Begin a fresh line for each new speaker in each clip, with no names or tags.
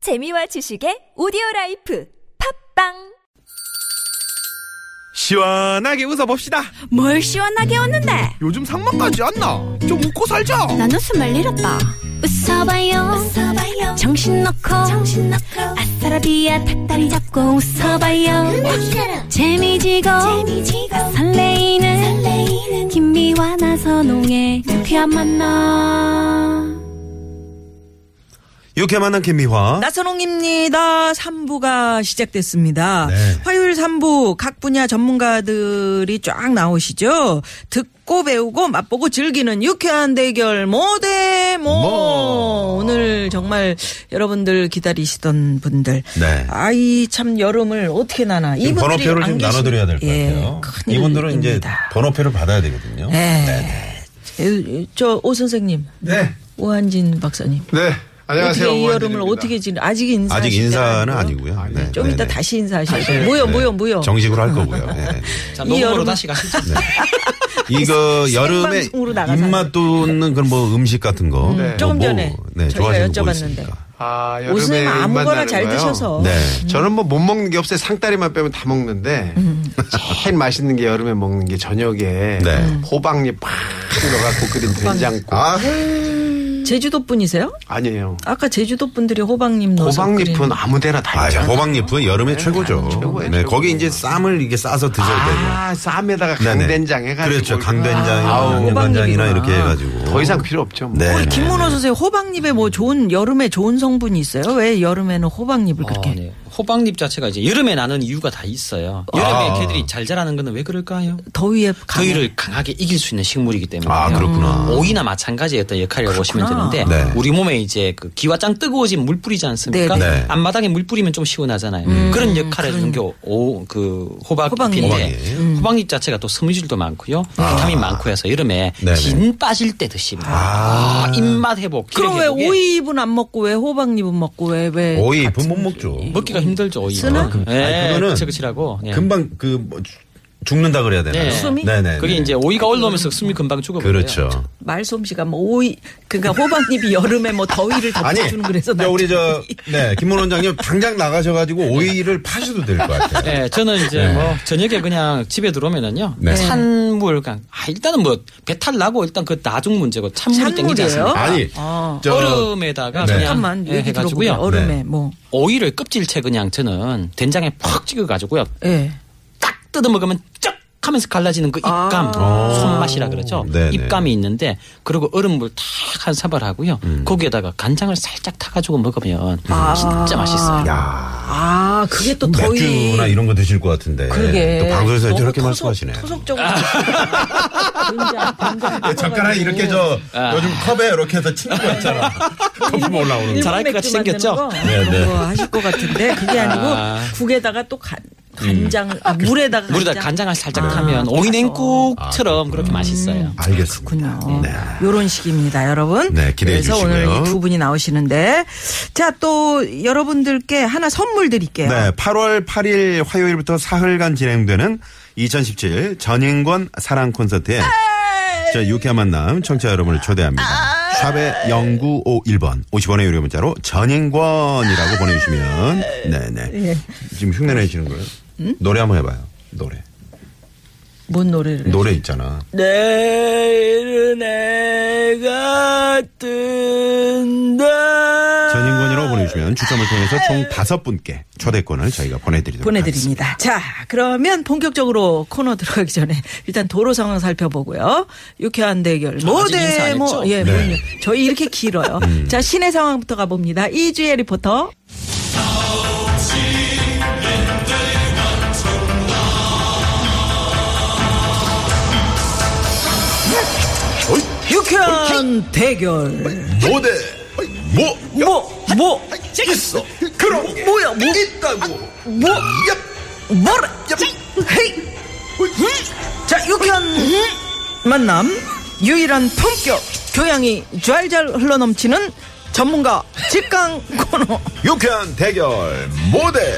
재미와 지식의 오디오 라이프 팝빵
시원하게 웃어봅시다.
뭘 시원하게 웃는데
요즘 상만까지 안 나. 좀 웃고 살자.
난 웃음을 잃었다 웃어봐요, 정신 놓고 아싸라비아 닭다리 잡고 웃어봐요 재미지고, 설레이는, 김미와 나선홍의 유쾌한 만남
유쾌 만난
어?
김미화.
나선홍입니다. 3부가 시작됐습니다.
네.
화요일 3부 각 분야 전문가들이 쫙 나오시죠. 듣고 배우고 맛보고 즐기는 유쾌한 대결 모대 모.
뭐.
오늘 정말 여러분들 기다리시던 분들.
네.
아이 참 여름을 어떻게 나나.
지금
이분들이
번호표를
안
좀
계시-
나눠드려야 될 것
예,
같아요.
큰일입니다.
이분들은 이제 번호표를 네. 받아야 되거든요.
예. 저오 선생님.
네.
오한진 박사님.
네. 안녕하세요.
어떻게 이 여름을
오한진입니다.
어떻게 지금 아직 인사
아직 인사는 아니고요. 네,
좀
네,
이따
네.
다시 인사하실 거예요. 뭐요,
네.
뭐요, 뭐요.
정식으로 할 거고요. 네.
자,
이
녹음으로
여름은-
다시 가시죠.
이거 여름에
생방송으로 나가서
입맛 돋는 그런 뭐 음식 같은 거.
네.
조금
뭐,
전에
네,
저희가
좋아하시는 거뭐
여쭤봤는데. 어,
있습니까?
아, 여름에
옷은
입맛
아무거나
나는
잘
거요?
드셔서.
네.
저는 뭐 못 먹는 게 없어요. 상다리만 빼면 다 먹는데
음.
제일 맛있는 게 여름에 먹는 게 저녁에
네.
호박잎 팍 들어갖고 끓인 된장국
아,
제주도 분이세요?
아니에요.
아까 제주도 분들이 호박잎 넣어서
호박잎은
끓인-
아무데나 다
아,
있잖아.
호박잎은 여름에 최고죠.
최고예요,
네,
최고.
거기 이제 쌈을 이렇게 싸서 드셔야 되고.
아, 쌈에다가
네네.
강된장 해가지고.
그렇죠.
이거.
강된장이나
아우,
양념간장이나
호박잎이구나.
이렇게 해가지고.
더 이상 필요 없죠. 뭐.
네.
우리 김문호 선생 님 호박잎에 뭐 좋은 여름에 좋은 성분이 있어요? 왜 여름에는 호박잎을 그렇게?
아, 네. 호박잎 자체가 이제 여름에 나는 이유가 다 있어요. 여름에 걔들이 잘 자라는 거는 왜 그럴까요?
더위에 강해.
더위를 강하게 이길 수 있는 식물이기 때문에.
아, 그렇구나.
오이나 마찬가지의 어떤 역할이라고 보시면 되는데
네.
우리 몸에 이제 그 기와장 뜨거워진 물 뿌리지 않습니까?
네, 네.
앞마당에 물 뿌리면 좀 시원하잖아요. 그런 역할을 하는 게오그
호박잎.
호박잎인데 음.
호박잎.
호박잎. 자체가 또 섬유질도 많고요. 비타민 많고 해서 여름에
네,
진 빠질 때 드십니다.
아.
아, 입맛 회복. 기력
그럼 왜
회복에
오이잎은 안 먹고 왜 호박잎은 먹고 왜 왜?
오이, 분 못 먹죠.
먹기가 힘들죠 오이.
쓰나?
예,
아니, 그거는
그치 그치라고. 예.
금방 그, 뭐 죽- 죽는다 그래야 되나요?
네.
숨이?
네네.
그게 이제 오이가 올라오면서 숨이 금방 죽어버려요.
그렇죠.
말솜씨가 뭐 오이 그러니까 호박잎이 여름에 뭐 더위를 덮어주는 그래서 네.
저
난
우리 저, 네, 김문 원장님 당장 나가셔가지고 오이를 파셔도 될 것 같아요.
네, 저는 이제 뭐 저녁에 그냥 집에 들어오면은요
네.
찬물 그냥 아, 일단은 뭐 배탈 나고 일단 그 나중 문제고 찬물이 땡기지
찬물이에요?
않습니까?
아니,
아.
저,
얼음에다가
네.
그냥
잠깐만
예,
얘기
해가지고요.
들어보요 여름에
네.
뭐
오이를 껍질째 그냥 저는 된장에 푹 찍어가지고요.
예.
딱 뜯어 먹으면 쩍 하면서 갈라지는 그 입감
아.
손맛이라 그러죠.
네네.
입감이 있는데 그리고 얼음물 탁한 사발하고요.
음.
거기에다가 간장을 살짝 타가지고 먹으면 진짜 맛있어요.
아. 야,
아 그게 또 더위.
맥주나 이런 거 드실 것 같은데.
그러게.
또 방송에서
너무
저렇게 아.
토속-
말씀하시네.
토속적으로. 굉장히, 굉장히
젓가락 네, 이렇게 저,
아.
요즘 컵에 이렇게 해서 치는 거 있잖아. 거품 올라오는 거.
자- 잘할 것 같이 생겼죠?
네,
네,
네.
거 하실 것 같은데 그게 아니고
아.
국에다가 또 간,
음.
간장 아,
그
물에다가
물에다 간장을
아,
살짝 타면
아,
오이냉국처럼 그렇게 맛있어요.
음.
알겠습니다.
군요.
네.
요런 식입니다, 여러분.
네, 기대해
그래서
주시고요.
오늘 이 두 분이 나오시는데 자, 또 여러분들께 하나 선물 드릴게요.
네, 8월 8일 화요일부터 사흘간 진행되는 2017 전인권 사랑 콘서트에 자, 유쾌한 만남 청취자 여러분을 초대합니다. 샵의 0951번 50원의 유료 문자로 전인권이라고 예. 음? 보내주시면 네네 지금 흉내 내시는 거예요? 노래 한번 해봐요. 노래
뭔 노래를?
노래 있잖아.
내일은 해가 뜬다.
전인권이라고 보내주시면 추첨을 통해서 총 다섯 분께 초대권을 저희가 보내드리도록 하겠습니다.
보내드립니다. 자, 그러면 본격적으로 코너 들어가기 전에 일단 도로 상황 살펴보고요. 유쾌한 대결. 뭐
인사
모대
안
모.
했죠? 네. 음.
예, 모요 저희 이렇게 길어요. 자, 시내 상황부터 가봅니다. 이주혜 리포터. 유쾌한 대결.
모대 뭐
뭐, 뭐,
있어 그럼
뭐야, 뭐,
있다고
뭐, 뭐라. 헤이. 자, 유쾌한 만남. 유일한 품격. 교양이 좔좔 흘러넘치는 전문가 직강 코너.
유쾌한 대결 모대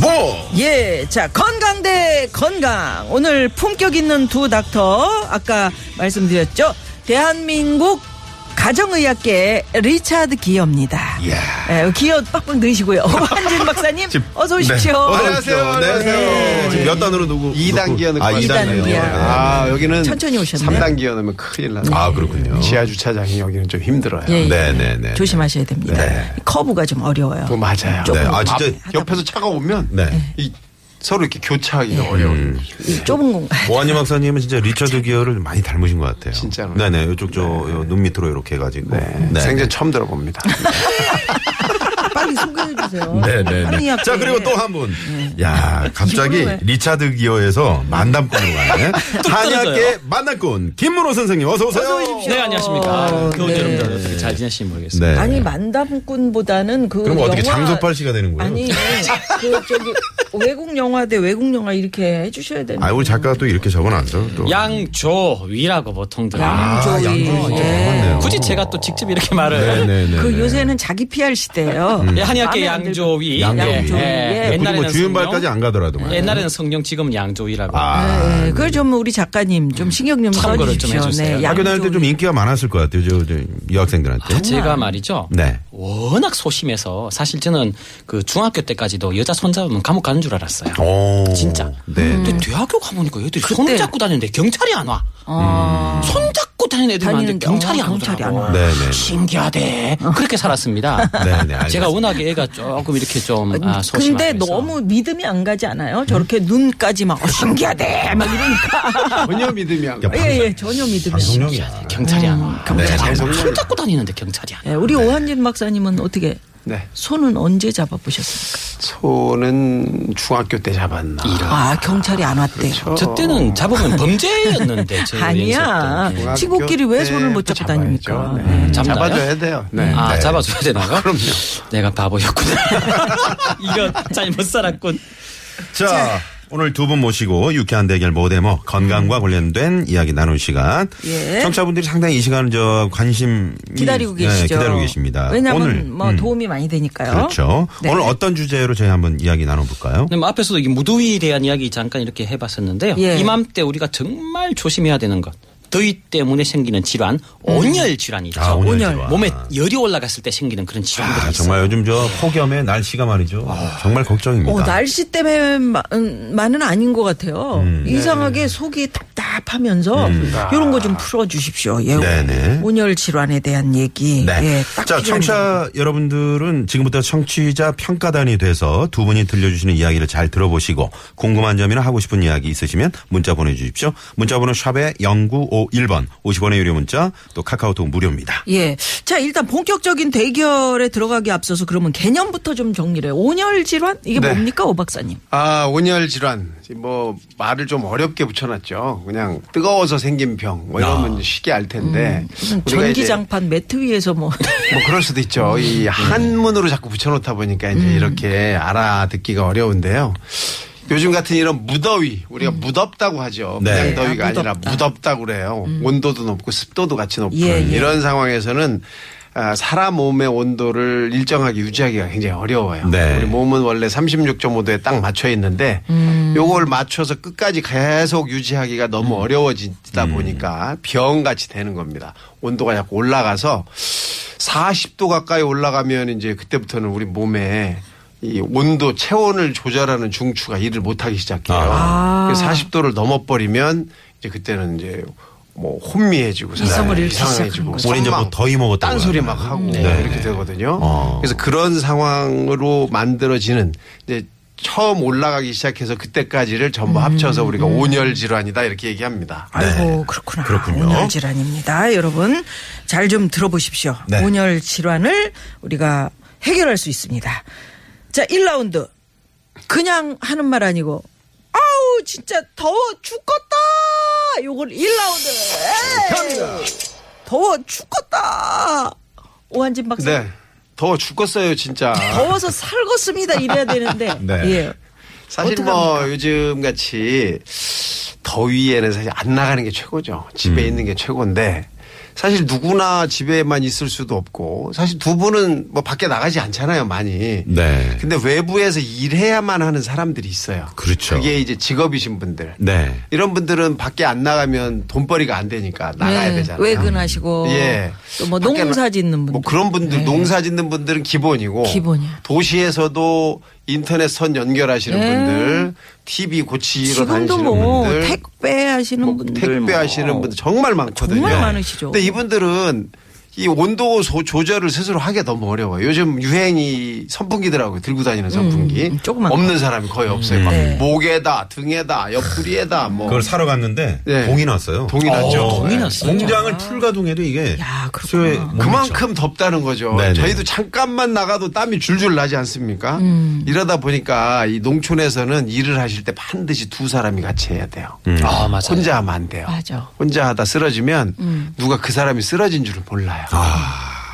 모
예, 자, 건강 대 건강. 오늘 품격 있는 두 닥터. 아까 말씀드렸죠. 대한민국 가정의학계 리차드 기어입니다. 예, 기어 빡빡 넣으시고요. 한진 박사님
지금-
어서
네.
오십시오.
어서
안녕하세요.
오십시오. 네.
안녕하세요.
지금 몇 단으로 누구?
2단 기어 넣고
아,
왔어요.
2단 기어.
이단 기어.
아, 여기는
천천히 오셨네요.
3단 기어 넣으면 큰일 나요.
아, 그렇군요.
지하 주차장이 여기는 좀 힘들어요.
예, 예.
네, 네, 네.
조심하셔야 됩니다.
네.
커브가 좀 어려워요.
그거 맞아요.
네. 아, 진짜.
앞- 옆에서 차가 오면
네.
이 서로
음.
이렇게 교차하기가 어려워요.
이 좁은 공간.
오한이 박사님은 진짜 리처드 기어를 많이 닮으신 것 같아요.
진짜로요?
네네. 이쪽 저 눈 밑으로 이렇게 해가지고.
네. 생전 처음 들어봅니다.
빨리 소개해 주세요.
네네.
한의학계.
자 그리고 또 한 분.
네.
야 갑자기
이거는
리차드 기어에서 만담꾼으로 가네. 한의학계
떨어져요.
만담꾼 김문호 선생님 어서 오세요.
어서 오십시오.
네, 안녕하십니까.
아,
겨울
네.
여름들 어떻게 잘 지내시는지 모르겠습니다.
네.
아니 만담꾼보다는 그
그럼 어떻게
영화-
장소팔 씨가 되는 거예요?
아니 그 저기 외국 영화 대 외국 영화 이렇게 해주셔야 되는.
아 우리 작가가 또 이렇게 적어놨어. 또.
양조위라고 보통들.
아,
양조위.
양조위
예.
적어놨네요.
굳이 제가 또 직접 이렇게 말을.
네네네.
그 요새는 자기 PR 시대예요.
예, 한의학계
마음에 안 들고.
양조위.
양조위.
예,
양조위.
예.
네,
굳이 뭐
옛날에는
주윤발까지
성령,
안 가더라도.
옛날에는 성령, 지금 양조위라고.
아.
네, 그걸 좀 우리 작가님 좀 신경 좀
참고를 좀
써주십시오. 네,
해주세요.
학교 다닐 때 좀
양쪽이.
인기가 많았을 것 같아요. 저, 저 여학생들한테.
아, 제가 말이죠.
네.
워낙 소심해서 사실 저는 그 중학교 때까지도 여자 손잡으면 감옥 가는 줄 알았어요.
오.
진짜.
네.
음,
근데 대학교 가보니까 애들이 손잡고 다니는데 경찰이 안 와. 음. 손잡고 다니는 애들만
아. 다니는데,
있는데 경찰이
어,
안
경찰이
오더라고.
안 와. 네, 네.
신기하대. 그렇게 살았습니다.
네, 네,
제가
알겠습니다.
워낙에 애가 조금 이렇게 좀 아, 소심하면서.
근데 너무 믿음이 안 가지 않아요? 저렇게
음.
눈까지 막 어, 신기하대 막 이러니까
전혀 믿음이 안
야,
가요.
방-
예예 전혀
아,
믿음이 안 가요.
방송용이야.
경찰이 안
음,
와.
네,
경찰이 안 와.
방송용이야.
손잡고 다니는데 경찰이 안 와.
예, 우리
네.
오한진 박사님은 어떻게
네.
손은 언제 잡아보셨습니까?
소는 중학교 때 잡았나.
아 경찰이 안 왔대요.
그렇죠.
저 때는 잡으면 범죄였는데. 제
아니야.
인생 때는.
중학교
친구끼리 왜
때
손을 못 잡고
잡아야죠.
다닙니까?
네.
네.
잡나요?
잡아줘야 돼요. 네.
아, 잡아줘야 되나요?
그럼요.
내가 바보였구나. 이건 잘못 살았군.
자, 오늘 두 분 모시고 유쾌한 대결 모데모 건강과 관련된 이야기 나눈 시간.
예.
청취자분들이 상당히 이 시간 저 관심
기다리고 계시죠.
음. 네, 기다리고 계십니다.
왜냐하면
오늘,
뭐
음,
도움이 많이 되니까요.
그렇죠.
네.
오늘 어떤 주제로 저희 한번 이야기 나눠볼까요?
근데 뭐 앞에서도 이 무더위에 대한 이야기 잠깐 이렇게 해봤었는데요.
예.
이맘때 우리가 정말 조심해야 되는 것. 더위 때문에 생기는 질환, 온열 질환이죠.
아, 온열 온열. 질환.
몸에 열이 올라갔을 때 생기는 그런 질환들이
아,
있어요.
정말 요즘 저 폭염에 날씨가 말이죠. 정말 걱정입니다.
어, 날씨 때문에만은 아닌 것 같아요. 네. 이상하게 속이 답답하면서 이런 거 좀 풀어주십시오. 예.
네네.
온열 질환에 대한 얘기.
네.
예, 딱
자,
필요한
청취자 여러분들은 지금부터 청취자 평가단이 돼서 두 분이 들려주시는 이야기를 잘 들어보시고 궁금한 점이나 하고 싶은 이야기 있으시면 문자 보내주십시오. 문자번호 샵에 0951번 50원의 유료 문자 또 카카오톡 무료입니다.
예. 자, 일단 본격적인 대결에 들어가기 앞서서 그러면 개념부터 좀 정리를 해요. 온열 질환? 이게
네.
뭡니까, 오 박사님?
아, 온열 질환. 뭐 말을 좀 어렵게 붙여놨죠. 그냥 뜨거워서 생긴 병. 뭐 이러면 쉽게 알 텐데.
무슨 아.
우리가 이제
음, 전기장판 매트 위에서 뭐.
뭐 그럴 수도 있죠.
음.
이 한문으로 자꾸 붙여놓다 보니까 이제 이렇게 알아듣기가 어려운데요. 요즘 같은 이런 무더위 우리가 무덥다고 하죠.
네.
그냥 더위가
음. 아,
아니라
무덥다. 음.
무덥다고 그래요. 온도도 높고 습도도 같이 높은
예, 예.
이런 상황에서는 아, 사람 몸의 온도를 일정하게 유지하기가 굉장히 어려워요.
네.
우리 몸은 원래 36.5도에 딱 맞춰 있는데
음.
요걸 맞춰서 끝까지 계속 유지하기가 너무 어려워지다
음.
보니까 병같이 되는 겁니다. 온도가 자꾸 올라가서 40도 가까이 올라가면 이제 그때부터는 우리 몸에 이 온도 체온을 조절하는 중추가 일을 못하기 시작해요.
아.
그래서 40도를 넘어버리면 이제 그때는 이제 뭐 혼미해지고 네,
이성을 잃기 시작하는
이상해지고
거죠.
우리 이제 뭐 더위 먹었다고
딴소리 막
그러잖아요.
하고
네.
이렇게 되거든요.
어.
그래서 그런 상황으로 만들어지는 이제 처음 올라가기 시작해서 그때까지를 전부 합쳐서 우리가 온열 질환이다 이렇게 얘기합니다.
음.
네.
아이고 그렇구나.
그렇군요.
온열 질환입니다. 여러분 잘 좀 들어보십시오.
네.
온열 질환을 우리가 해결할 수 있습니다. 자, 1라운드. 그냥 하는 말 아니고 아우 진짜 더워 죽겠다. 요걸 1라운드. 더워 죽겠다. 오한진 박사.
네. 더워 죽겠어요 진짜.
더워서 살겠습니다 이래야 되는데.
네.
예.
사실 뭐 요즘
음.
같이 더위에는 사실 안 나가는 게 최고죠. 집에 있는 게 최고인데 사실 누구나 집에만 있을 수도 없고 사실 두 분은 뭐 밖에 나가지 않잖아요 많이.
네.
근데 외부에서 일해야만 하는 사람들이 있어요.
그렇죠.
그게 이제 직업이신 분들.
네.
이런 분들은 밖에 안 나가면 돈벌이가 안 되니까 나가야
네,
되잖아요.
외근하시고
예.
또 뭐
밖에는
농사 짓는 분들. 예.
뭐 그런 분들 농사 짓는 분들은 기본이고
기본이야.
도시에서도 인터넷 선 연결하시는
예.
분들, TV 고치러
지금도
다니시는
뭐
분들, 뭐
택배 하시는 분들 뭐.
택배 하시는 분들 정말 많거든요.
정말 많으시죠.
근데 이분들은 이 온도 소- 조절을 스스로 하기 너무 어려워요. 요즘 유행이 선풍기더라고요. 들고 다니는 선풍기.
음, 조그만 거.
없는 사람이 거의 없어요. 막
네.
목에다, 등에다, 옆구리에다 뭐
그걸 사러 갔는데
네.
동이 났어요.
동이 났죠.
동이
네.
났어요.
공장을 풀가동해도 이게
야, 아, 그렇구나.
수요에 못 미쳐.
그만큼 덥다는 거죠.
네네.
저희도 잠깐만 나가도 땀이 줄줄 나지 않습니까?
음.
이러다 보니까 이 농촌에서는 일을 하실 때 반드시 두 사람이 같이 해야 돼요.
음.
아, 맞아요.
혼자 하면 안 돼요.
맞아. 음.
혼자 하다 쓰러지면 누가 그 사람이 쓰러진 줄을 몰라요.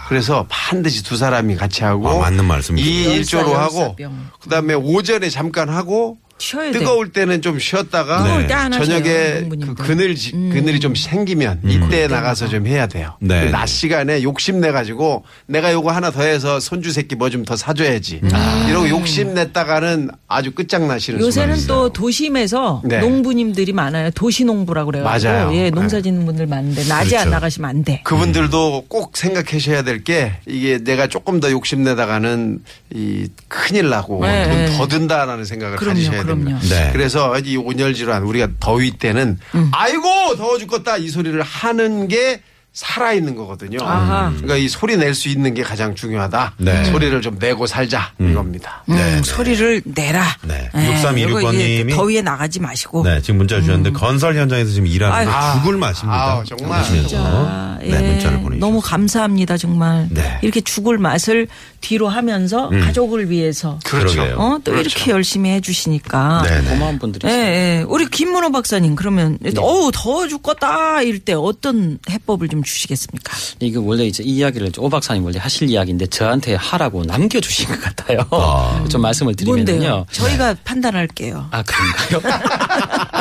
그래서 반드시 두 사람이 같이 하고
아, 맞는 말씀이시네요.
이 일조로
열사,
하고
열사병.
그다음에 오전에 잠깐 하고
쉬어야 돼.
뜨거울 때는 좀 쉬었다가
뜨거울 때안 하세요,
저녁에 그
농부님들. 음. 그러니까.
그늘 지- 그늘이 좀 생기면 이때 나가서 좀 해야 돼요. 그
네.
낮 시간에 욕심 내 가지고 내가 요거 하나 더 해서 손주 새끼 뭐 좀 더 사줘야지. 이러고 욕심 냈다가는 아주 끝장나시는
요새는
수가
또
있어요.
도심에서
네.
농부님들이 많아요. 도시농부라고 그래가지고
맞아요.
예, 농사
네.
짓는 분들 많은데 낮에
그렇죠.
안 나가시면 안 돼.
그분들도 꼭 생각하셔야 될 게 이게 내가 조금 더 욕심내다가는 이 큰일 나고
네,
돈
네.
더 든다라는 생각을
그럼요,
가지셔야 됩니다.
그럼요.
네.
그래서 이 온열 질환 우리가 더위 때는
음.
아이고 더워 죽겠다 이 소리를 하는 게 살아 있는 거거든요.
아하.
그러니까 이 소리 낼 수 있는 게 가장 중요하다.
네.
소리를 좀 내고 살자 이겁니다.
음, 소리를 내라.
네.
예,
6326
그리고 이게
번님이
더위에 나가지 마시고.
네, 지금 문자
음.
주셨는데 건설 현장에서 지금 일하는데
아유.
죽을 맛입니다.
아우, 정말.
하시면서
어?
아,
네,
예,
문자를 보내주셨습니다.
너무 감사합니다 정말.
네.
이렇게 죽을 맛을 뒤로 하면서
음.
가족을 위해서
그렇죠.
그러게요.
어, 또 이렇게 열심히 해주시니까.
네, 네.
고마운 분들이
예,
있어요. 예.
예. 우리 김문호 박사님 그러면 어우 더워 죽겠다 이럴 때 어떤 해법을 좀 주시겠습니까?
이게 원래 이제 이 이야기를 오 박사님 원래 하실 이야기인데 저한테 하라고 남겨주신 것 같아요. 좀 말씀을 드리면요. 네.
뭔데요? 저희가 판단할게요.
아 그런가요?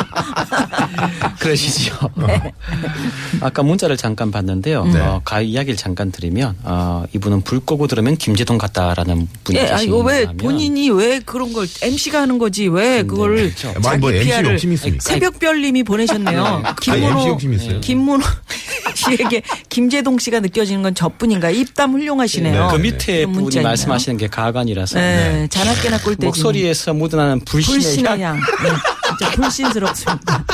그러시죠.
네.
어. 아까 문자를 잠깐 봤는데요. 어, 가요 이야기를 잠깐 드리면 어, 이분은 불 끄고 들으면 김재동 같다라는 분이
예,
계시는
아니 이거 왜
거라면
본인이 왜 그런 걸 MC가 하는 거지 왜 그걸
그렇죠.
뭐, 뭐
자기
MC
PR 를
욕심이
네.
있습니까?
새벽별님이 보내셨네요.
아, MC
김문호
욕심이 있어요?
김문호 씨에게 김재동 씨가 느껴지는 건 저뿐인가 입담 훌륭하시네요.
네,
그
네.
밑에
그런 문자
분이
있나요?
말씀하시는 게 가관이라서
네, 자나깨나 꼴대
목소리에서 묻어나는 불신의,
불신의
향.
향. 네, 진짜 불신스럽습니다.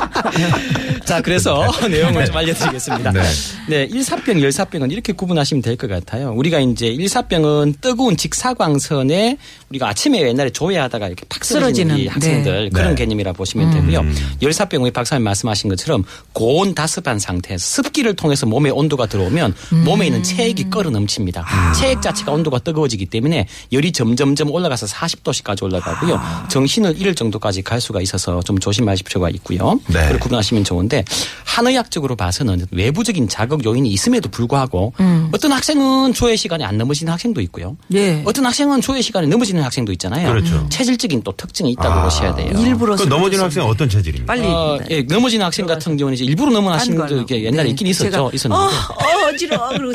자, 그래서 내용을 좀 알려드리겠습니다.
네.
네. 일사병, 열사병은 이렇게 구분하시면 될 것 같아요. 우리가 이제 일사병은 뜨거운 직사광선에 우리가 아침에 옛날에 조회하다가 이렇게 팍 쓰러지는 이
쓰러지는,
학생들 그런
네.
개념이라 보시면 되고요. 열사병은 박사님 말씀하신 것처럼 고온 다습한 상태에서 습기를 통해서 몸에 온도가 들어오면
음.
몸에 있는 체액이 끓어 넘칩니다.
아.
체액 자체가 온도가 뜨거워지기 때문에 열이 점점점 올라가서 40도씩까지 올라가고요.
아.
정신을 잃을 정도까지 갈 수가 있어서 좀 조심하실 필요가 있고요.
네.
그리고 구분하시면 좋은데 한의학적으로 봐서는 외부적인 자극 요인이 있음에도 불구하고 어떤 학생은 조회 시간이 안 넘어지는 학생도 있고요.
예.
어떤 학생은 조회 시간이 넘어지는 학생도 있잖아요.
그렇죠.
체질적인 또 특징이 있다고
아.
보셔야 돼요.
일부러
그 넘어지는 학생은 어떤 체질입니까?
빨리
어, 예, 넘어지는 학생 같은 경우는 이제 일부러 넘어나시는
딴 걸로.
분들 이 옛날에
그렇죠. 네.
있긴 있었죠.
제가,
있었는데. 음.
어, 어, 지러워 그리고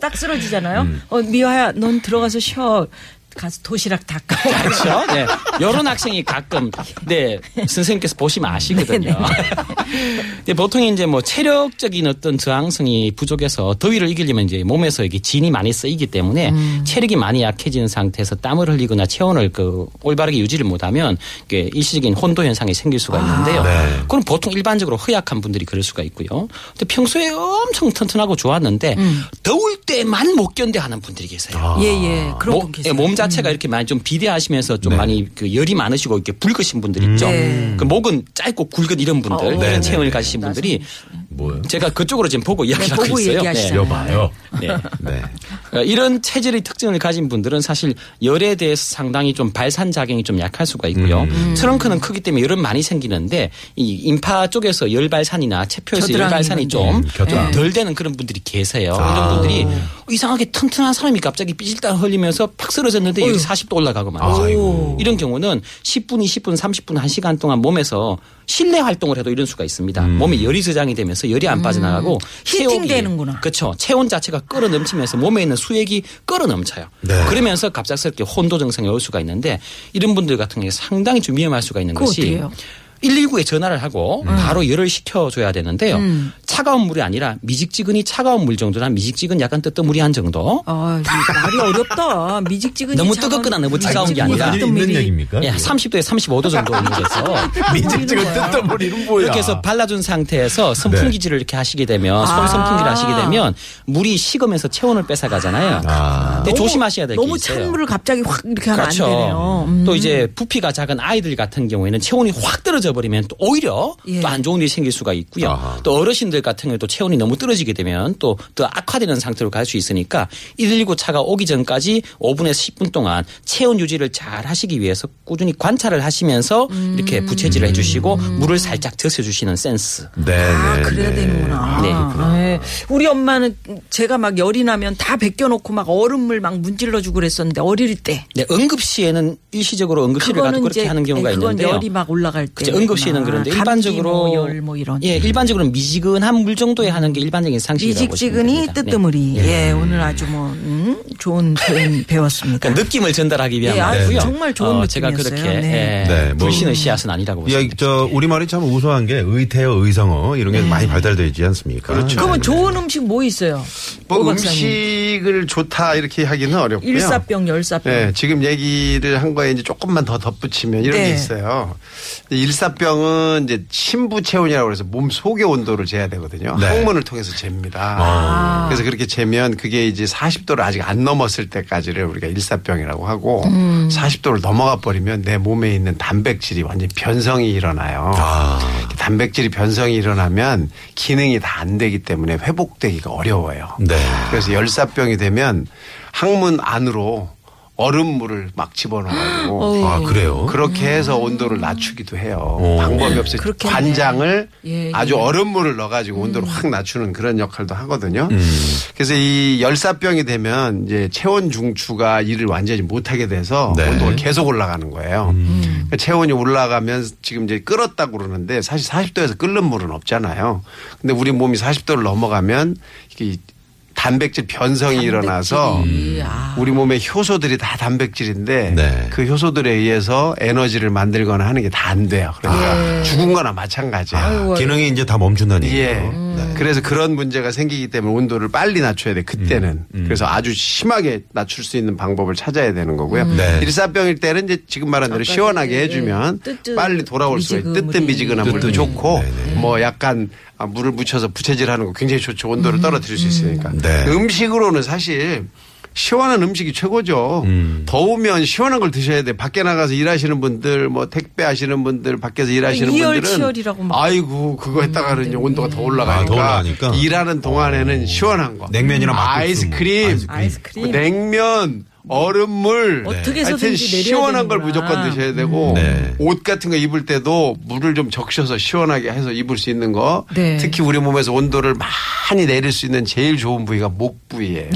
딱 쓰러지잖아요. 어, 미화야, 넌 들어가서 쉬어. 가서 도시락 닦아.
그렇죠. 네. 이런 학생이 가끔 네 선생님께서 보시면 아시거든요. 근데 보통 이제 뭐 체력적인 어떤 저항성이 부족해서 더위를 이기려면 이제 몸에서 이게 진이 많이 쓰이기 때문에 체력이 많이 약해진 상태에서 땀을 흘리거나 체온을 그 올바르게 유지를 못하면 이게 일시적인 혼도 현상이 생길 수가 있는데요.
네.
그럼 보통 일반적으로 허약한 분들이 그럴 수가 있고요. 근데 평소에 엄청 튼튼하고 좋았는데 더울 때만 못 견뎌 하는 분들이 계세요.
예, 예. 그런
모-
분 계세요. 음.
예, 몸 자체가 이렇게 많이 좀 비대하시면서
네.
좀 많이 그 열이 많으시고 이렇게 붉으신 분들 있죠.
네. 어,
그 목은 짧고 굵은 이런 분들, 이런
네네.
체형을 가지신 분들이
뭐요?
제가 그쪽으로 지금 보고 이야기를 하고
네, 보고
있어요.
얘기하시잖아요.
여봐요.
네.
네.
어, 이런 체질의 특징을 가진 분들은 사실 열에 대해서 상당히 좀 발산 작용이 좀 약할 수가 있고요.
음.
음.
트렁크는 크기 때문에 열은 많이 생기는데 이 인파 쪽에서 열 발산이나 체표에서 열
겨드랑이
발산이
있는데. 네.
좀
음, 아. 겨드랑이.
덜 되는 그런 분들이 계세요. 이런 분들이 이상하게 튼튼한 사람이 갑자기 삐질딱 흘리면서 팍 쓰러졌는데 열이 40도 올라가고 막
아이고.
이런 경우는
음.
10분, 20분, 30분, 1시간 동안 몸에서 실내 활동을 해도 이런 수가 있습니다. 몸에 열이 저장이 되면서 해서 열이 안 빠져나가고
음. 히팅되는구나.
그렇죠. 체온 자체가 끓어 넘치면서 몸에 있는 수액이 끓어 넘쳐요.
네.
그러면서 갑작스럽게 혼도 경상이 올 수가 있는데 이런 분들 같은 경우에 상당히 좀 위험할 수가 있는
그거
것이
어때요?
119에 전화를
음.
하고 바로 열을 식혀줘야 되는데요.
음.
차가운 물이 아니라 미직지근이 차가운 물 정도나 미직지근 약간 뜨뜻무리한 정도.
아, 이거 말이 어렵다. 미직지근이
너무
차가운-
뜨겁거나 너무 차가운 게
미직지근이
아니라
아니,
뜨뜻
있는
미리.
얘기입니까?
예, 30도에 35도 정도 온도에서
미지근지근 뜯던 머리는 뭐야?
이렇게 해서 발라준 상태에서 선풍기질을 이렇게 하시게 되면
아.
손 선풍기를 하시게 되면 물이 식으면서 체온을 뺏어가잖아요. 근데 조심하셔야 될 게 있어요.
너무 찬 물을 갑자기 확 이렇게 하면 안 되네요.
그렇죠.
음.
또 이제 부피가 작은 아이들 같은 경우에는 체온이 확 떨어져 버리면 또 오히려
예.
또 안 좋은 일이 생길 수가 있고요. 또 어르신들 같은 경우도 체온이 너무 떨어지게 되면 또 더 악화되는 상태로 갈 수 있으니까 119 차가 오기 전까지 5분에서 10분 동안 체온 유지를 잘 하시기 위해서 꾸준히 관찰을 하시면서
음.
이렇게 부채질을 해주시고 물을 살짝 드셔주시는 센스.
네,
아,
네,
그래야
네.
되는구나.
네.
네. 우리 엄마는 제가 막 열이 나면 다 벗겨놓고 막 얼음물 막 문질러주고 그랬었는데 어릴 때.
네, 응급시에는 일시적으로 응급실을 가도
그거는
그렇게
이제
하는 경우가
네, 그건
있는데요.
열이 막 올라갈 때.
그렇죠. 응급실은 그런데 일반적으로
열뭐 이런.
예, 일반적으로 미지근한 물 정도에 하는 게 일반적인 상식이라고 보시면
미직지근이
됩니다. 네.
뜨뜨물이. 예. 오늘 아주 뭐 음, 좋은 표현 배웠습니다.
그러니까 느낌을 전달하기 위한
예, 아,
말이고요.
정말 좋은
제가
느낌이었어요.
그렇게
네.
예,
네, 뭐-
불신의 씨앗은 아니라고 보시면
야, 저 우리 말이 참 우수한 게 의태어, 의성어 이런 게 많이 발달되지 않습니까?
그렇죠.
그러면
네.
좋은 음식 뭐 있어요? 오
뭐
박사님.
음식을 좋다 이렇게 하기는 어렵고요.
일사병, 열사병.
네, 지금 얘기를 한 거에 이제 조금만 더 덧붙이면 이런
음. 네.
게 있어요. 근데 일사병은 이제 심부 체온이라고 그래서 몸 속의 온도를 재야 되거든요.
네.
항문을 통해서 잽니다. 그래서 그렇게 재면 그게 이제 40도를 아직 안 넘었을 때까지를 우리가 일사병이라고 하고 40도를 넘어가 버리면 내 몸에 있는 단백질이 완전 히 변성이 일어나요. 단백질이 변성이 일어나면 기능이 다 안 되기 때문에 회복되기가 어려워요.
네.
그래서 열사병이 되면 항문 안으로 얼음물을 막 집어넣어가지고
아, 그래요?
그렇게 해서 온도를 낮추기도 해요.
오.
방법이 없어요.
그렇겠네.
관장을
예,
아주 얼음물을 넣어가지고 온도를 확 낮추는 그런 역할도 하거든요.
음.
그래서 이 열사병이 되면 이제 체온 중추가 일을 완전히 못하게 돼서
네. 음.
온도가 계속 올라가는 거예요. 그러니까 체온이 올라가면 지금 이제 끓었다고 그러는데 사실 40도에서 끓는 물은 없잖아요. 근데 우리 몸이 40도를 넘어가면 이게 단백질 변성이 일어나서
단백질이, 아.
우리 몸의 효소들이 다 단백질인데
네.
그 효소들에 의해서 에너지를 만들거나 하는 게 다 안 돼요. 그러니까 죽은 거나 마찬가지예요.
아, 기능이 이제 다 멈춘다는 네. 얘기죠.
예. 그래서 그런 문제가 생기기 때문에 온도를 빨리 낮춰야 돼. 그때는.
음.
그래서 아주 심하게 낮출 수 있는 방법을 찾아야 되는 거고요.
네.
일사병일 때는 이제 지금 말한 대로 시원하게 해주면
예, 뜨뜻
빨리 돌아올 수가 있고
미지근물이.
뜨뜻미지근한 물도
뜨뜻.
좋고
네,
뭐 약간 아, 물을 묻혀서 부채질하는 거 굉장히 좋죠. 온도를
음.
떨어뜨릴 수 있으니까.
네.
음식으로는 사실 시원한 음식이 최고죠. 더우면 시원한 걸 드셔야 돼. 밖에 나가서 일하시는 분들, 뭐 택배 하시는 분들, 밖에서 일하시는 분들은
이열치열이라고 막
아이고 그거 했다가는 이제 온도가 더 올라가니까,
아, 더 올라가니까? 어.
일하는 동안에는 시원한 거 음,
냉면이나 막국수,
아이스크림,
아이스크림.
아이스크림.
네. 냉면 얼음물
어떻게
하여튼
해서든지 내려야
시원한 걸
되는구나.
무조건 드셔야 되고
네.
옷 같은 거 입을 때도 물을 좀 적셔서 시원하게 해서 입을 수 있는 거
네.
특히 우리 몸에서 온도를 많이 내릴 수 있는 제일 좋은 부위가 목 부위예요.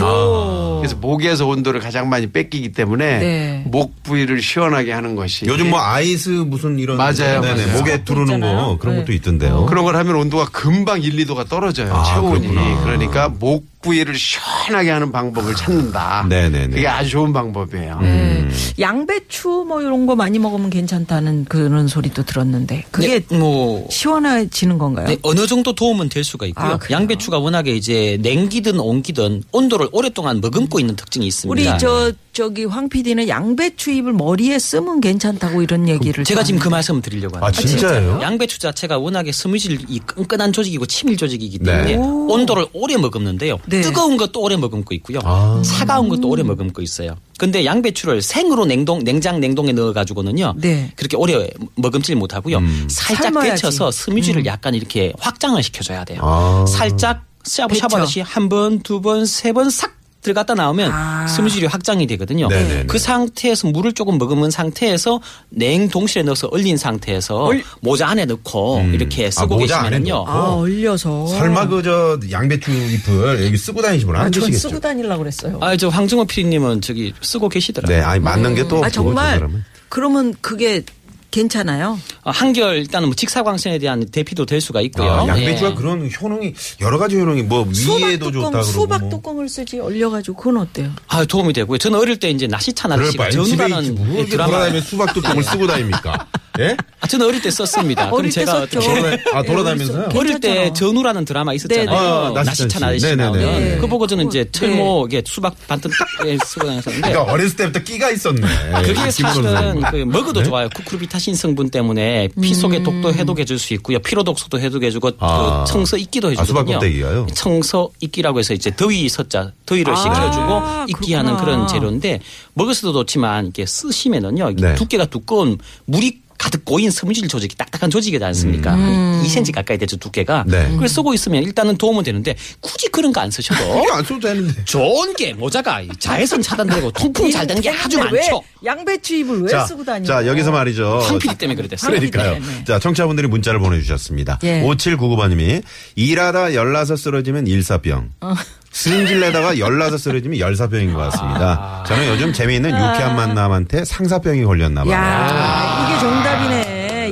그래서 목에서 온도를 가장 많이 뺏기기 때문에
네.
목 부위를 시원하게 하는 것이
요즘 뭐 아이스 무슨 이런 네네,
맞아요, 맞아요. 어.
목에 두르는 거
있잖아요.
그런
네.
것도 있던데요.
그런 걸 하면 온도가 금방 1, 2도가 떨어져요.
아,
체온이.
그렇구나.
그러니까 목부위를 시원하게 하는 방법을 찾는다.
네네네. 음.
그게 아주 좋은 방법이에요.
예. 양배추 뭐 이런 거 많이 먹으면 괜찮다는 그런 소리도 들었는데 그게
네, 뭐
시원해지는 건가요?
네, 어느 정도 도움은 될 수가 있고요.
아, 그래요?
양배추가 워낙에 이제 냉기든 온기든 온도를 오랫동안 머금고 있는 특징이 있습니다.
우리 저 저기 황 PD는 양배추 잎을 머리에 쓰면 괜찮다고 이런 얘기를
제가
또
지금 그
하는데.
말씀 드리려고
아,
합니다.
진짜예요?
양배추 자체가 워낙에 스무질이 끈끈한 조직이고 치밀 조직이기
네.
때문에 온도를 오래 머금는데요.
네.
뜨거운 것도 오래 머금고 있고요.
아.
차가운 것도 오래 머금고 있어요. 근데 양배추를 생으로 냉동 냉장 냉동에 넣어 가지고는요.
네.
그렇게 오래 머금질 못하고요.
음.
살짝
삶아야지. 음.
데쳐서 스무질을 약간 이렇게 확장을 시켜줘야 돼요.
아.
살짝 샤브샤브하듯이 한 번, 두 번, 세 번 싹 들어갔다 나오면
아.
스무질이 확장이 되거든요.
네네네.
그 상태에서 물을 조금 머금은 상태에서 냉동실에 넣어서 얼린 상태에서 모자 안에 넣고 이렇게 쓰고
아, 모자 안에
계시면요.
넣고.
아 얼려서
설마 그 저 양배추 잎을 여기 쓰고 다니시면 안
아, 전
되시겠죠?
쓰고 다니려고 그랬어요.
아, 저 황정호 PD님은 저기 쓰고 계시더라고요.
네, 아니 맞는 게 또
아
없고, 저
정말
사람은.
그러면 그게 괜찮아요.
어, 한결 일단은 뭐 직사광선에 대한 대피도 될 수가 있고요.
아,
예.
양배추가 그런 효능이 여러 가지 효능이 뭐
수박
위에도 좋다
뚜껑,
그러고
수박
뭐.
뚜껑을 쓰지 얼려가지고 그건 어때요?
아, 도움이 되고요. 저는 어릴 때 이제 나시찬
그럴
아저씨가
바에 집에 있지 뭐
전우라는
이렇게
드라마
돌아다니면 수박 뚜껑을 쓰고 다닙니까? 예?
아, 저는 어릴 때 썼습니다. 그럼
어릴 때
제가
썼죠.
어떻게-
아, 돌아다니면서요?
괜찮잖아.
어릴 때 전우라는 드라마 있었잖아요.
네네.
아, 나시찬
나시찬
씨.
아저씨
네네네.
나오는.
네.
그거 보고 저는 이제
그거-
철모 이게 수박 반듯 딱 예, 쓰고 다녔었는데.
그러니까 어렸을 때부터 끼가 있었네.
아,
아,
그게 사실은 그
그
먹어도 좋아요. 쿠쿠르비타신 성분 때문에 피 속의 독도
음.
해독해줄 수 있고요. 피로독소도 해독해주고
아.
그 청소 이끼도
아,
해주거든요.
수박 껍데기가요?
청소 이끼라고 해서 이제 더위 서자 더위를 식혀주고 이끼하는
아, 그렇구나.
그런 재료인데 먹었어도 좋지만 이게 쓰시면은요 이게
네.
두께가 두꺼운 물이 가득 고인 섬유질 조직이 딱딱한 조직이지 않습니까?
음.
한 2cm 가까이 되죠 두께가.
네.
그걸 쓰고 있으면 일단은 도움은 되는데 굳이 그런 거 안 쓰셔도
안 써도 되는데.
좋은 게 모자가 자외선
아,
차단되고 통풍 잘 되는 게 아주
근데 왜
많죠.
양배추 잎을 왜
자,
쓰고 다니는
자, 여기서 말이죠.
황피디 때문에 네, 그랬댔어요.
그러니까요. 자, 청취자분들이 문자를 보내주셨습니다.
예.
5799번님이 일하다 열나서 쓰러지면 일사병. 승질 내다가 열나서 쓰러지면 열사병인 것 같습니다. 저는 요즘 재미있는 유쾌한 만남한테 상사병이 걸렸나 봐요. 아.
야, 이게 정답이네.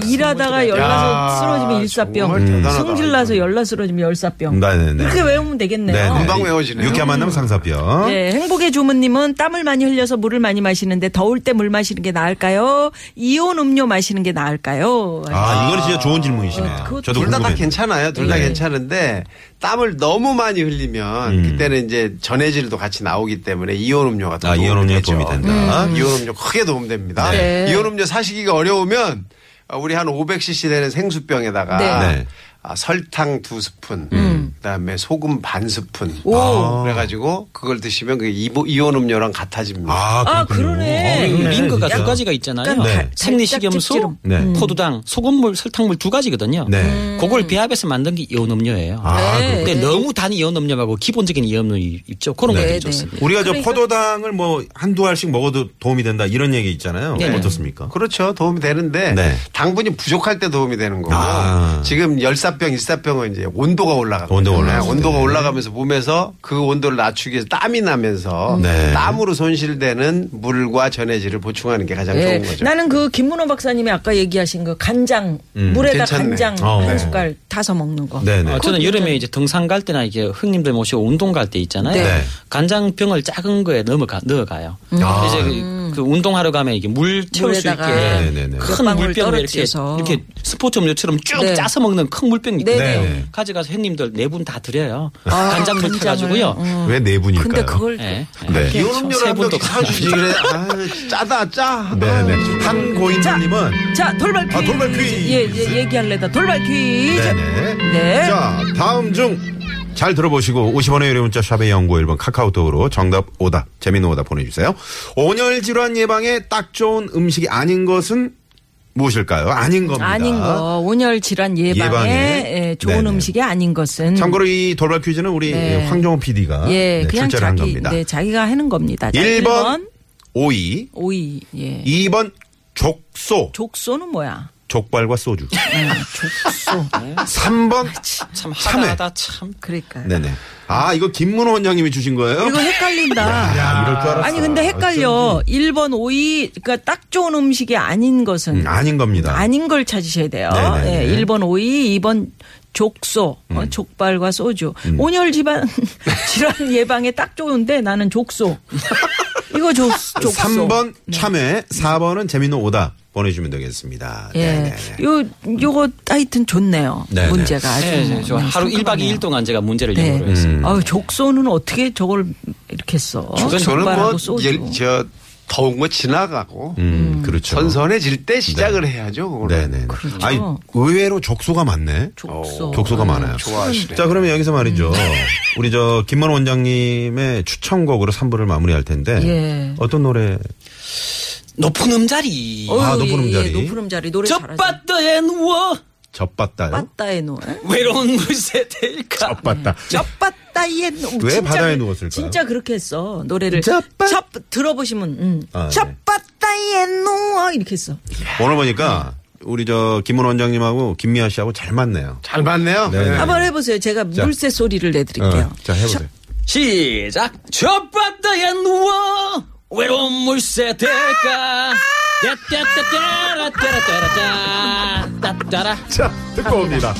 일하다가 열나서
야,
쓰러지면
정말
일사병. 음.
대단하다.
승질나서 열나 쓰러지면 열사병.
네네네.
그렇게 외우면 되겠네요.
금방 외워지네요.
유쾌한 만남 상사병.
네, 행복의 주문님은 땀을 많이 흘려서 물을 많이 마시는데 더울 때 물 마시는 게 나을까요? 이온 음료 마시는 게 나을까요?
아, 이거는 진짜 좋은 질문이시네요.
그거
저도 네.
둘 다 다
궁금해요.
괜찮아요. 둘 다 괜찮은데 땀을 너무 많이 흘리면
음.
그때는 이제 전해질도 같이 나오기 때문에 이온 음료가 더
아,
도움이
이온 음료
되죠.
도움이 된다. 네.
음. 이온 음료 크게 도움됩니다. 이온 음료 사시기가 어려우면 아, 우리 한 500cc 되는 생수병에다가
네. 네.
아, 설탕 두 스푼, 그다음에 소금 반 스푼.
오.
그래가지고 그걸 드시면 그 이보- 이온 음료랑 같아집니다.
아, 그렇군요.
그러네.
아, 그러네,
링거가
진짜.
두 가지가 있잖아요.
약간 네.
생리식염수,
네. 음.
포도당, 소금물, 설탕물 두 가지거든요. 음.
네.
그걸 배합해서 만든 게 이온 음료예요.
아, 그렇군요. 네.
근데 너무 단 이온 음료 말고 기본적인 이온 음료 있죠. 그런 것들이 좋습니다.
우리가
그러니까
저 포도당을 뭐 한두 알씩 먹어도 도움이 된다 이런 얘기 있잖아요.
네.
어떻습니까?
그렇죠. 도움이 되는데
네.
당분이 부족할 때 도움이 되는 거고
아.
지금 열사병, 일사병은 이제 온도가 올라가고
온도가 올라가죠.
온도가
네.
올라가면서 몸에서 그 온도를 낮추기 위해서 땀이 나면서
네.
땀으로 손실되는 물과 전해질을 보충하는 게 가장
예,
좋은 거죠.
나는 그 김문호 박사님이 아까 얘기하신 그 간장 물에다
괜찮네.
간장
음, 어.
한 숟갈 타서 먹는 거.
네네.
어, 저는 여름에 이제 등산 갈 때나 이게 형님들 모시고 운동 갈 때 있잖아요.
네. 음.
네.
간장병을 작은 거에 넣어가, 넣어가요.
아.
이제 그, 그 운동하러 가면 이게 물 채울 수 있게
물에다가
네네네.
큰
몇방울
물병을 이렇게,
떨어뜨려서.
이렇게 스포츠 음료처럼 쭉
네.
짜서 먹는 큰 물병이 있거든요.
네네.
가져가서 형님들 네 분 다 드려요.
아,
간장물
간장을. 음.
타가지고요.
왜 네 분일까요?
근데 그걸
네.
네.
이온 음료를 한
세분도
병씩 사주지 그래. 아, 짜다 짜.
네네.
아.
한고인님은
자 돌발 퀴즈.
아, 돌발 퀴즈.
예, 예 얘기할래다 돌발 퀴즈.
네네.
네.
자, 다음 중 잘 들어보시고 50원의 유료 문자 샵의 연구 1번 카카오톡으로 정답 오답 재미있는 오답 보내주세요. 온열 질환 예방에 딱 좋은 음식이 아닌 것은 무엇일까요? 아닌 겁니다.
아닌 거 온열 질환 예방에,
예방에.
예, 좋은
네네.
음식이 아닌 것은
참고로 이 돌발 퀴즈는 우리
네.
황정호 PD가
예 그냥
출제를 한
자기
겁니다.
네, 자기가 하는 겁니다. 자,
1번
1번
오이,
오이 예.
2번 족소,
족소는 뭐야?
족발과 소주.
네, 족소.
3번
참
참외.
하다하다 참.
그러니까. 요
네네. 아 이거 김문호 원장님이 주신 거예요? 아,
이거 헷갈린다.
야, 이럴 줄 알았어.
아니 근데 헷갈려. 1번 오이 그러니까 딱 좋은 음식이 아닌 것은
음, 아닌 겁니다.
아닌 걸 찾으셔야 돼요.
네네네. 음.
예, 1번 오이, 2번 족소, 어, 족발과 소주. 온열 질환 질환 예방에 딱 좋은데 나는 족소. 이거 족, 족소. 네.
3번 참외, 4번은 재밌는 오답 보내주면 되겠습니다.
예.
네네.
요 요거 하여튼 좋네요.
네네.
문제가 아주.
네, 네, 저
그냥
하루 1박
상큼하네요.
2일 동안 제가 문제를
음, 네.
연구를
음.
했습니다.
아유, 족소는 어떻게 저걸 이렇게 써?
저는
족발하고
뭐
소주.
예, 저 더운 거 지나가고
음, 그렇죠. 네.
선선해질 때 시작을 해야죠. 그거는.
네네. 아니 의외로 족소가 많네.
그렇죠. 족소. 음.
족소가 많아요.
좋아하시네.
자 그러면 여기서 말이죠. 우리 저 김만호 원장님의 추천곡으로 3부를 마무리할 텐데
예.
어떤 노래?
높은 음자리.
어휴,
아, 높은
예, 예,
음자리.
높은 음자리 노래 잘하죠.
젖바다에 누워
젖봤다요.
빠따에 누워.
외로운 물새 될까.
젖봤다.
젖바다에 누워.
왜
진짜
바다에
그-
누웠을까요?
진짜 그렇게 했어. 노래를.
젖바-
젖 들어보시면 음.
아, 네.
젖바다에 누워 이렇게 했어.
오늘 보니까 우리 저 김문호 원장님하고 김미아 씨하고 잘 맞네요.
잘 봤네요.
네네.
네.
한번 해보세요. 제가 물새 소리를 내드릴게요.
어, 자 해보세요.
시작. 젖바다에 누워 외로운 물새 될까.
따따따라따라따라따 따따라
자, 듣고 옵니다.